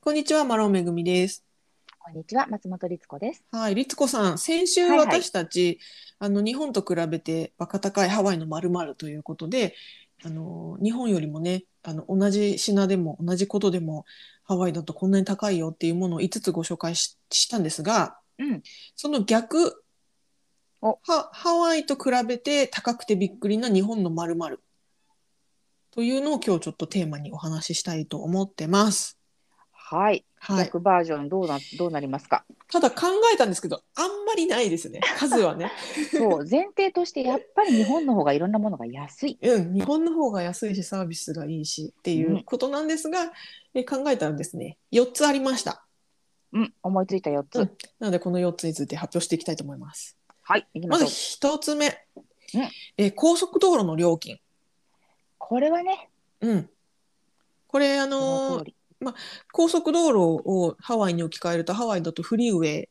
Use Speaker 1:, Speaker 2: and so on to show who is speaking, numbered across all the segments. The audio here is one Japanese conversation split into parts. Speaker 1: こんにちは、マロンめぐみです。
Speaker 2: こんにちは、松本律子です。
Speaker 1: はい、律子さん、先週
Speaker 2: はいはい
Speaker 1: 私たち、あの日本と比べてバカ高いハワイのまるまるということで、あの日本よりもね、あの同じ品でも同じことでもハワイだとこんなに高いよっていうものを5つご紹介し、したんですが、
Speaker 2: うん
Speaker 1: その逆、
Speaker 2: お
Speaker 1: ハハワイと比べて高くてびっくりな日本のまるまるというのを今日ちょっとテーマにお話ししたいと思ってます。
Speaker 2: はい、
Speaker 1: はい。
Speaker 2: 逆バージョンどうなどうなります か。
Speaker 1: ただ考えたんですけど、あんまりないですね。数はね。
Speaker 2: そう、前提としてやっぱり日本の方がいろんなものが安い。
Speaker 1: うん、日本の方が安いし、サービスがいいしっていうことなんですが、え考えたらですね、4つありました。
Speaker 2: うん、思いついた四つ。
Speaker 1: うんなので、この4つについて発表していきたいと思います。
Speaker 2: はい、行きま
Speaker 1: ま
Speaker 2: し
Speaker 1: ず
Speaker 2: ょう。
Speaker 1: 1つ目、え高速道路の料金。
Speaker 2: これはね、
Speaker 1: うん。これ、あ
Speaker 2: そ
Speaker 1: の
Speaker 2: の
Speaker 1: ー
Speaker 2: 通り。
Speaker 1: 高速道路をハワイに置き換えるとハワイだとフリーウェイ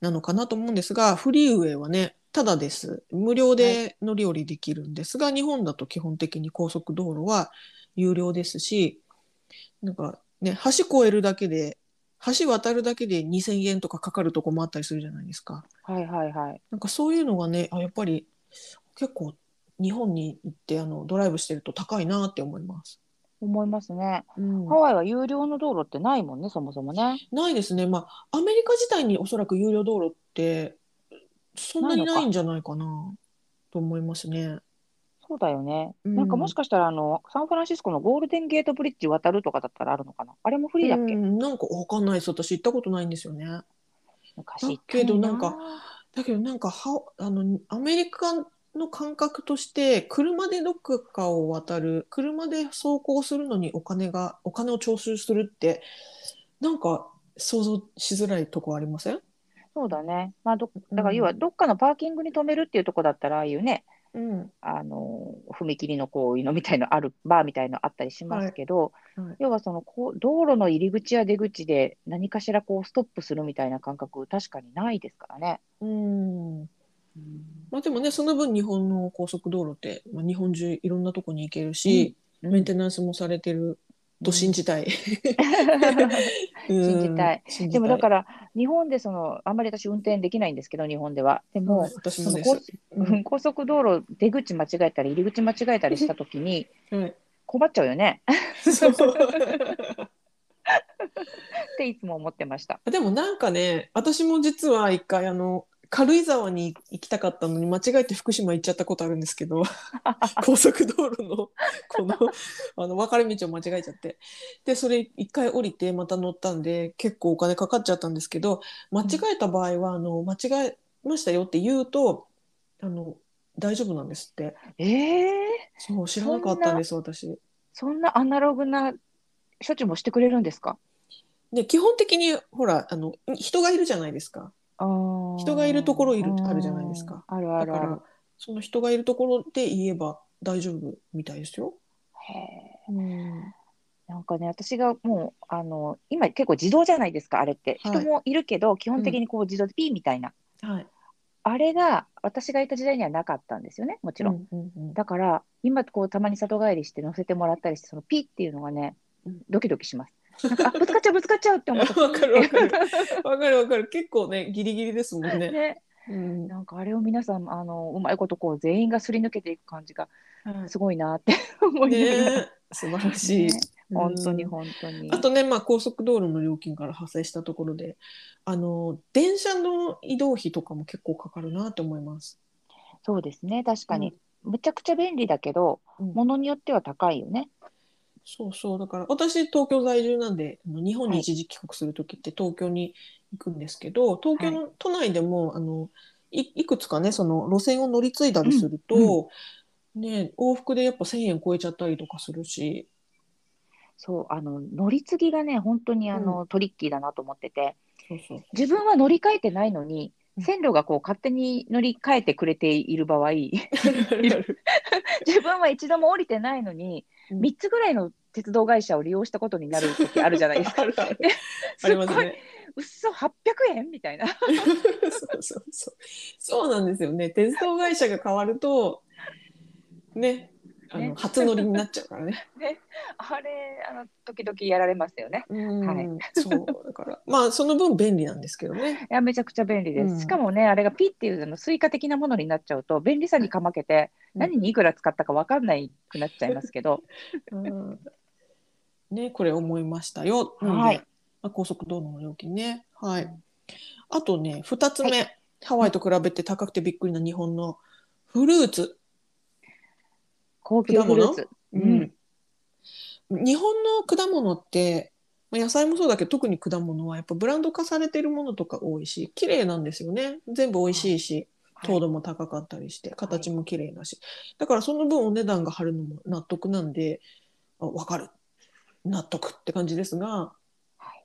Speaker 1: なのかなと思うんですがフリーウェイはねただです無料で乗り降りできるんですが、日本だと基本的に高速道路は有料ですしなんかね橋越えるだけで橋渡るだけで2,000円とかかかるとこもあったりするじゃないですか。
Speaker 2: はいはいはい。
Speaker 1: なんかそういうのがねあやっぱり結構日本に行ってあのドライブしてると高いなって思います。
Speaker 2: 思いますね。
Speaker 1: うん
Speaker 2: ハワイは有料の道路ってないもんね、そもそもね。
Speaker 1: ないですね。まあ、アメリカ自体におそらく有料道路って、そんなにないんじゃないかなと思いますね。
Speaker 2: そうだよね。
Speaker 1: うん
Speaker 2: なんかもしかしたらあのサンフランシスコのゴールデンゲートブリッジ渡るとかだったらあるのかな。あれもフリーだっけ？
Speaker 1: うん、なんかわかんないです。私行ったことないんですよね。
Speaker 2: 昔行った
Speaker 1: だけど
Speaker 2: のに
Speaker 1: なんかだけどなんかはあのアメリカの感覚として車でどこかを渡る車で走行するのにお金がお金を徴収するってなんか想像しづらいとこありません、
Speaker 2: そうだね。まあどだか
Speaker 1: う
Speaker 2: ら
Speaker 1: ん
Speaker 2: 要はどっかのパーキングに止めるっていうとこだったらああいうね。
Speaker 1: うん
Speaker 2: あの踏切のこういうのみたいのあるバーみたいのあったりしますけど、
Speaker 1: はいはい
Speaker 2: 要はそのこう道路の入り口や出口で何かしらこうストップするみたいな感覚確かにないですからね。
Speaker 1: うん、まあでもね、その分日本の高速道路って、まあ、日本中いろんなとこに行けるし、 メンテナンスもされてると信じたい。
Speaker 2: 信じたい
Speaker 1: うん。信じ、
Speaker 2: でもだからら日本でそのあんまり私運転できないんですけど日本では。でも、
Speaker 1: 私もで
Speaker 2: その
Speaker 1: す
Speaker 2: 高。うん高速道路出口間違えたり入り口間違えたりした時に
Speaker 1: うん はい
Speaker 2: 困っちゃうよね
Speaker 1: そう
Speaker 2: っていつも思ってました。
Speaker 1: でもなんかね、私も実は一回あの、軽井沢に行きたかったのに間違えて福島行っちゃったことあるんですけど高速道路のこのあの分かれ道を間違えちゃってでそれ一回降りてまた乗ったんで結構お金かかっちゃったんですけど間違えた場合はあの間違えましたよって言うとあの大丈夫なんですって
Speaker 2: えー、
Speaker 1: そう知らなかったんです私。
Speaker 2: そんなアナログな処置もしてくれるんですか
Speaker 1: で基本的にほらあの人がいるじゃないですか。人
Speaker 2: 人
Speaker 1: がいるところいるあるじゃないですか。
Speaker 2: あるあ
Speaker 1: だ
Speaker 2: る
Speaker 1: か
Speaker 2: あ
Speaker 1: ら
Speaker 2: る。
Speaker 1: その人がいるところで言えば大丈夫みたいですよ。
Speaker 2: へえ
Speaker 1: うん、
Speaker 2: なんかね私がもうあの今結構自動じゃないですかあれって、
Speaker 1: はい
Speaker 2: 人もいるけど基本的にこう自動でピーみたいな、
Speaker 1: はい。
Speaker 2: あれが私がいた時代にはなかったんですよねもちろん、
Speaker 1: うんうんうん
Speaker 2: だから今こうたまに里帰りして乗せてもらったりしてそのピーっていうのがね
Speaker 1: うん
Speaker 2: ドキドキします、なんかあぶつかっちゃうぶつかっちゃうって思った
Speaker 1: わかる わかる。わかるわかる。結構ね、ギリギリですもんね。
Speaker 2: ね、
Speaker 1: うん。
Speaker 2: なんかあれを皆さんあのうまいことこう全員がすり抜けていく感じがすごいなって 思いながら、
Speaker 1: ね、素晴らしい。
Speaker 2: ね本当に
Speaker 1: うん
Speaker 2: 本当に。
Speaker 1: あとね、まあ、高速道路の料金から派生したところで、あの、電車の移動費とかも結構かかるなと思います。
Speaker 2: そうですね、確かに。むちゃくちゃ便利だけど、
Speaker 1: うん
Speaker 2: ものによっては高いよね。
Speaker 1: そうそう。だから、私、東京在住なんで、あの日本
Speaker 2: は
Speaker 1: に
Speaker 2: い
Speaker 1: 一時帰国するときって東京に行くんですけど、東京の都内でも、あの、いいくつかね、その路線を乗り継いだりすると、ね、往復でやっぱ1000円超えちゃったりとかするし、
Speaker 2: そう、あの乗り継ぎがね、本当にあの、トリッキーだなと思ってて、
Speaker 1: そうそう。
Speaker 2: 自分は乗り換えてないのに
Speaker 1: うん。
Speaker 2: 線路がこう勝手に乗り換えてくれている場合 自分は一度も降りてないのに
Speaker 1: うん
Speaker 2: 3つぐらいの鉄道会社を利用したことになる時あるじゃないです か。
Speaker 1: あるあるあ
Speaker 2: すっ
Speaker 1: り
Speaker 2: ご
Speaker 1: ます
Speaker 2: い、
Speaker 1: ね。
Speaker 2: うっそ800円みたいな。
Speaker 1: そうそうそう。そうなんですよね。鉄道会社が変わると、ね、あ
Speaker 2: ね
Speaker 1: の初乗りになっちゃうから ね。
Speaker 2: あれ、あの、時々やられますよね。
Speaker 1: うん、
Speaker 2: はい
Speaker 1: そうだからまあその分便利なんですけどね。
Speaker 2: いや、めちゃくちゃ便利です。
Speaker 1: うん
Speaker 2: しかもね、あれがピッていうあのスイカ的なものになっちゃうと、便利さにかまけて、
Speaker 1: うん
Speaker 2: 何にいくら使ったかわかんないくなっちゃいますけど、
Speaker 1: うん、ねこれ思いましたよ。
Speaker 2: はい
Speaker 1: うん。まあ、高速道路の料金ね。はい。あとね二つ目、ハワイと比べて高くてびっくりな日本のフルーツ。
Speaker 2: 高級フルーツ。
Speaker 1: うん。日本の果物ってまあ野菜もそうだけど特に果物はやっぱブランド化されてるものとか多いし綺麗なんですよね全部美味しいし、
Speaker 2: は
Speaker 1: 糖
Speaker 2: い
Speaker 1: 度も高かったりして形も綺麗だし、だからその分お値段が張るのも納得なんであ分かる納得って感じですが、
Speaker 2: はい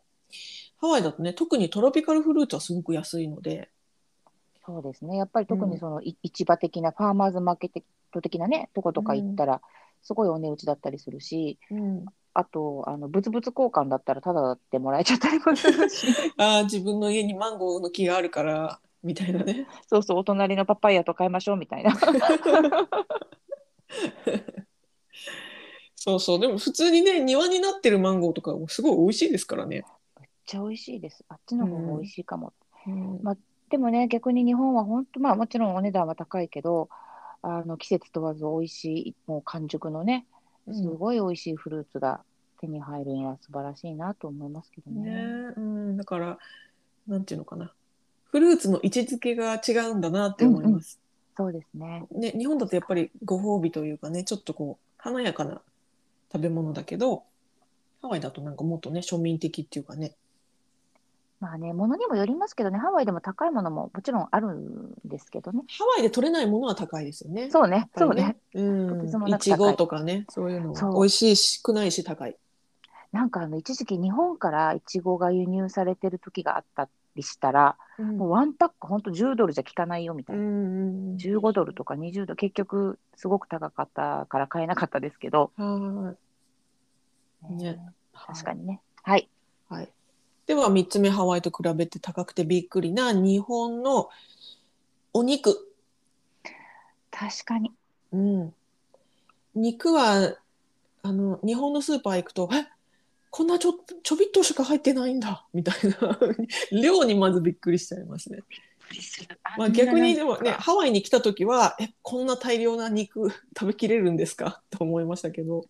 Speaker 1: ハワイだとね特にトロピカルフルーツはすごく安いので
Speaker 2: そうですね。やっぱり特にその、い市場的な、ファーマーズマーケット的なね、とことか行ったら、すごいお値打ちだったりするし、
Speaker 1: うん、
Speaker 2: あと、あの、ブツブツ交換だったらタダでもらえちゃったりもする し、
Speaker 1: あー自分の家にマンゴーの木があるからみたいなね
Speaker 2: そうそう、お隣のパパイヤと買いましょうみたいな。
Speaker 1: そうそうでも普通にね庭になってるマンゴーとかもすごい美味しいですからね。
Speaker 2: めっちゃ美味しいです。あっちの方が美味しいかも。
Speaker 1: うん
Speaker 2: までもね、逆に日本は本当、まあもちろんお値段は高いけど、あの季節問わず美味しい、もう完熟のね、すごい美味しいフルーツが手に入るのは素晴らしいなと思いますけどね。
Speaker 1: ねうん、だからなんていうのかなフルーツの位置づけが違うんだなって思います。
Speaker 2: そうですね。
Speaker 1: ね、日本だとやっぱりご褒美というかねちょっとこう華やかな食べ物だけどハワイだとなんかもっとね庶民的っていうかね
Speaker 2: まあね、ものにもよりますけどね、ハワイでも高いものももちろんあるんですけどね。
Speaker 1: ハワイで取れないものは高いですよね。
Speaker 2: そうね、そう
Speaker 1: やっ
Speaker 2: ね。
Speaker 1: ぱりね
Speaker 2: とてつ
Speaker 1: う
Speaker 2: も
Speaker 1: ん、い
Speaker 2: なく高
Speaker 1: ち
Speaker 2: い
Speaker 1: ごとかねそういうの
Speaker 2: そう
Speaker 1: 美味しいし少ないし高い。
Speaker 2: なんかあの一時期日本からイチゴが輸入されてる時があったりしたら、
Speaker 1: うん
Speaker 2: もうワンパック本当10ドルじゃ効かないよみた
Speaker 1: う
Speaker 2: いな。
Speaker 1: んうん
Speaker 2: 15ドルとか20ドル、結局すごく高かったから買えなかったですけど、
Speaker 1: はーいね
Speaker 2: 確かにね。はい。
Speaker 1: はい、では3つ目ハワイと比べて高くてびっくりな日本のお肉、
Speaker 2: 確かに。
Speaker 1: うん、肉はあの日本のスーパー行くと「えこんなちょちょびっとしか入ってないんだ」みたいな 量にまずびっくりしちゃいますね。まあ、逆にでもねハワイに来た時は「えこんな大量な肉 食べきれるんですか?」と思いましたけど、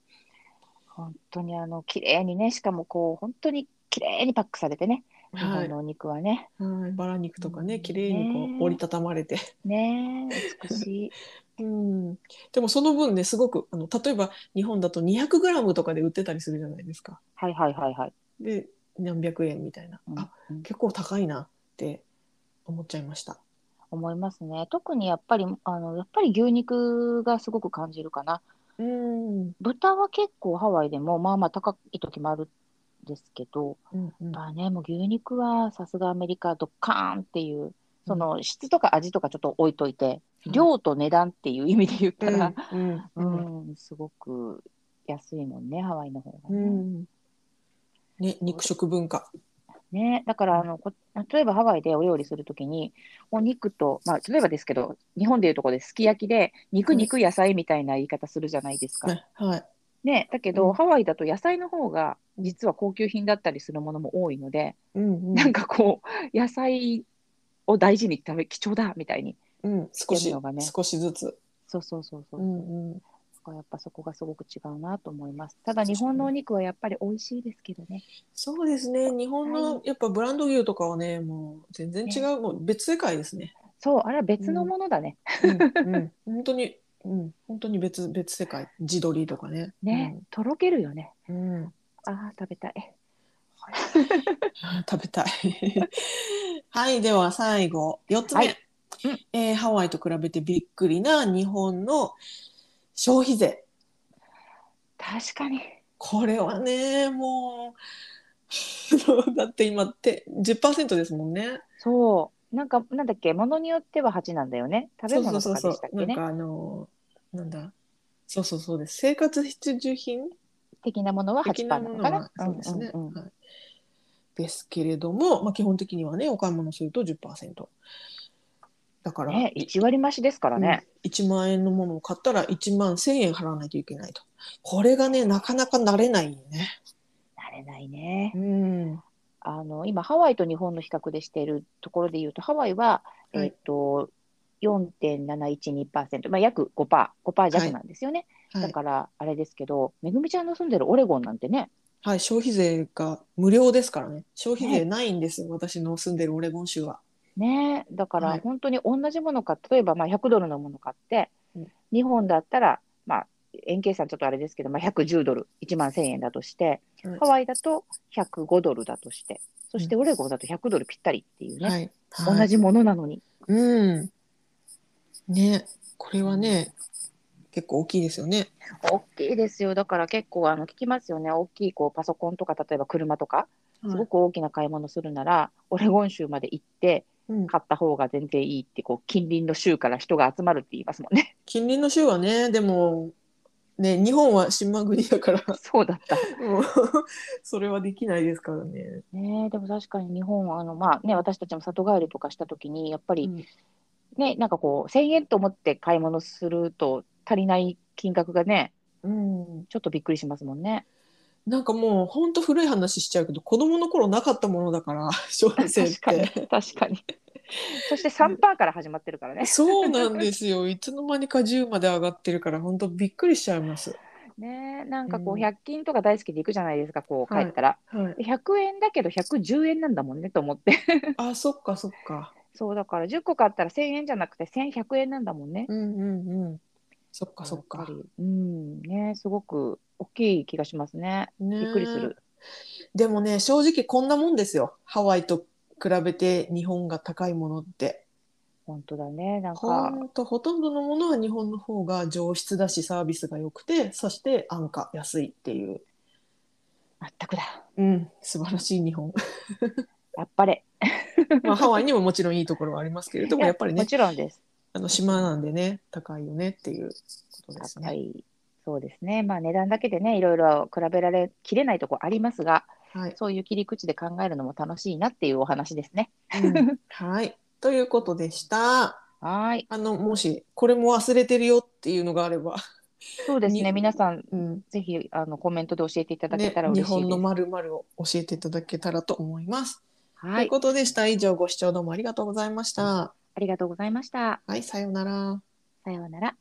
Speaker 2: 本当にあの、綺麗にね、しかもこう、本当に綺麗にパックされてね、日
Speaker 1: は
Speaker 2: 本
Speaker 1: い
Speaker 2: のお肉はね。
Speaker 1: はい、バラ肉とかね綺麗にこ
Speaker 2: ね
Speaker 1: う折りたたまれて
Speaker 2: ねえ、美し
Speaker 1: う
Speaker 2: い。
Speaker 1: ん、でもその分ねすごくあの例えば日本だと 200g とかで売ってたりするじゃないですか
Speaker 2: はいはいはいはい。
Speaker 1: で何百円みたいな、
Speaker 2: うん
Speaker 1: あ
Speaker 2: うん
Speaker 1: 結構高いなって思っちゃいました
Speaker 2: 思いますね。特にやっぱり、あの、やっぱり牛肉がすごく感じるかな。
Speaker 1: うん、うん
Speaker 2: 豚は結構ハワイでも、まあまあ高い時もあるんですけど、
Speaker 1: うん
Speaker 2: まあね、もう牛肉はさすがアメリカドッカーンっていう、その質とか味とかちょっと置いといて、量と値段っていう意味で言ったら、
Speaker 1: うん
Speaker 2: う
Speaker 1: うん
Speaker 2: ん、すごく安いもんね、ハワイの方が
Speaker 1: う
Speaker 2: ね。
Speaker 1: んね肉食文化
Speaker 2: ね、だからあのこ、例えばハワイでお料理するときに、お肉と、まあ、例えばですけど、日本でいうとこですき焼きで、肉、
Speaker 1: うん
Speaker 2: 肉、野菜みたいな言い方するじゃないですか。
Speaker 1: ねはい
Speaker 2: ね、だけ
Speaker 1: う
Speaker 2: ど、
Speaker 1: ん
Speaker 2: ハワイだと野菜の方が、実は高級品だったりするものも多いので、
Speaker 1: うんう
Speaker 2: なん
Speaker 1: ん
Speaker 2: かこう、野菜を大事に食べ、貴重だみたいに。
Speaker 1: うん少
Speaker 2: して
Speaker 1: し
Speaker 2: るのがね
Speaker 1: 少しずつ
Speaker 2: そうそうそうそうう。
Speaker 1: んうん
Speaker 2: だからやっぱそこがすごく違うなと思います。ただ日本のお肉はやっぱり美味しいですけどね。
Speaker 1: そうですね日本のやっぱブランド牛とかはねもう全然違うもう別世界ですね
Speaker 2: そう、あれは別のものだね。
Speaker 1: うんうん本当に、うん、本当に別別世界自撮りとかね。
Speaker 2: ね、とろけるよね。
Speaker 1: うん、うん
Speaker 2: ああ、食べたい。
Speaker 1: 食べたい。 はい、では最後四つ目、
Speaker 2: はいうん
Speaker 1: えーハワイと比べてびっくりな日本の消費税。
Speaker 2: 確かに。
Speaker 1: これはね、もう だって今って10%ですもんね。
Speaker 2: そう。なんか、なんだっけ、ものによっては8なんだよね。食べ物とかでしたっ
Speaker 1: な
Speaker 2: け
Speaker 1: ん
Speaker 2: ね。
Speaker 1: かあのーなんだ。そうそうそうです。生活必需品
Speaker 2: 的なものは
Speaker 1: 的
Speaker 2: 8
Speaker 1: な
Speaker 2: パー
Speaker 1: も
Speaker 2: なの
Speaker 1: の
Speaker 2: か
Speaker 1: は
Speaker 2: な。
Speaker 1: そうですね。
Speaker 2: うんうんうん
Speaker 1: はい、ですけれども、まあ、基本的にはねお買い物すると10%。だから、
Speaker 2: ね、1割増しですからね。
Speaker 1: うん1万円のものを買ったら1万1000円払わないといけないと。これがね、なかなか慣れないよね。
Speaker 2: 慣れないね。
Speaker 1: うん。
Speaker 2: あの今ハワイと日本の比較でしているところで言うとハワイは、
Speaker 1: はい
Speaker 2: えっと4.712%、まあ、約 5%, 5弱なんですよね、
Speaker 1: は
Speaker 2: だ
Speaker 1: い、
Speaker 2: からあれですけどめぐみちゃんの住んでるオレゴンなんてね
Speaker 1: はい、消費税が無料ですからね。消費税ないんですよ、私の住んでるオレゴン州は。
Speaker 2: ねえだから
Speaker 1: はい
Speaker 2: 本当に同じものか例えばまあ100ドルのもの買って、
Speaker 1: うん
Speaker 2: 日本だったら、まあ、円計算ちょっとあれですけど、まあ、110ドル1万1000円だとして
Speaker 1: はい
Speaker 2: ハワイだと105ドルだとしてそしてオレゴンだと100ドルぴったりっていうね、
Speaker 1: はい。
Speaker 2: 同じものなのに。
Speaker 1: うん。ね、これはね、結構大きいですよね。
Speaker 2: 大きいですよ。だから結構あの聞きますよね。大きいこうパソコンとか例えば車とかすごく大きな買い物するなら、オレゴン州まで行って
Speaker 1: うん、
Speaker 2: 買った方が全然いいってこう近隣の州から人が集まるって言いますもん ね。
Speaker 1: 近隣の州はね、でも、ね、日本は島国だから、
Speaker 2: そうだった。
Speaker 1: もうそれはできないですからね。
Speaker 2: ねえでも確かに日本はあのまあね私たちも里帰りとかした時にやっぱり
Speaker 1: うん
Speaker 2: ね、なんかこう1000円と思って買い物すると足りない金額がね
Speaker 1: うん、
Speaker 2: ちょっとびっくりしますもんね。
Speaker 1: なんかもう本当古い話しちゃうけど子供の頃なかったものだ から消費税っ
Speaker 2: 確かに
Speaker 1: て
Speaker 2: 確か に。そして3%から始まってるからね。
Speaker 1: そうなんですよいつの間にか10まで上がってるから本当びっくりしちゃいます、
Speaker 2: ねえなんかこう、
Speaker 1: うん
Speaker 2: 100均とか大好きで行くじゃないですかこう
Speaker 1: はい
Speaker 2: 帰ったら、
Speaker 1: はい、
Speaker 2: で100円だけど110円なんだもんねと思って
Speaker 1: あそっかそっか
Speaker 2: そうだから10個買ったら1000円じゃなくて1100円なんだもんね
Speaker 1: うんうんうんそっかそっ
Speaker 2: や
Speaker 1: か
Speaker 2: ぱりうんねすごく大きい気がしますね
Speaker 1: ね
Speaker 2: びっくりする、
Speaker 1: でもね正直こんなもんですよハワイと比べて日本が高いものって
Speaker 2: 本当だねなん
Speaker 1: ほ
Speaker 2: か
Speaker 1: んとほとんどのものは日本の方が上質だしサービスが良くてそして安価安いっていう、
Speaker 2: 全くだ
Speaker 1: うん、素晴らしい日 本
Speaker 2: やっぱり
Speaker 1: まあ、ハワイにももちろんいいところはありますけれども、やっぱり
Speaker 2: も
Speaker 1: ね、
Speaker 2: ちろんです
Speaker 1: あの島なんでね、高いよねっていうこと
Speaker 2: や
Speaker 1: で
Speaker 2: っ
Speaker 1: す
Speaker 2: ぱ
Speaker 1: ね。
Speaker 2: りそうですねまあ値段だけでねいろいろ比べられきれないとこありますが
Speaker 1: はい、
Speaker 2: そういう切り口で考えるのも楽しいなっていうお話ですね
Speaker 1: うんはい、ということでした。
Speaker 2: はーい
Speaker 1: あの、もしこれも忘れてるよっていうのがあれば、
Speaker 2: そうですね
Speaker 1: に
Speaker 2: 皆さん
Speaker 1: うん、
Speaker 2: ぜひあのコメントで教えていただけ
Speaker 1: ね
Speaker 2: たら、
Speaker 1: 日
Speaker 2: 嬉しいです。
Speaker 1: 本のまるまるを教えていただけたらと思います。
Speaker 2: は
Speaker 1: という
Speaker 2: い、
Speaker 1: ことでした。以上ご視聴どうもありがとうございました。
Speaker 2: ありがとうございました。
Speaker 1: はい、さようなら。
Speaker 2: さようなら。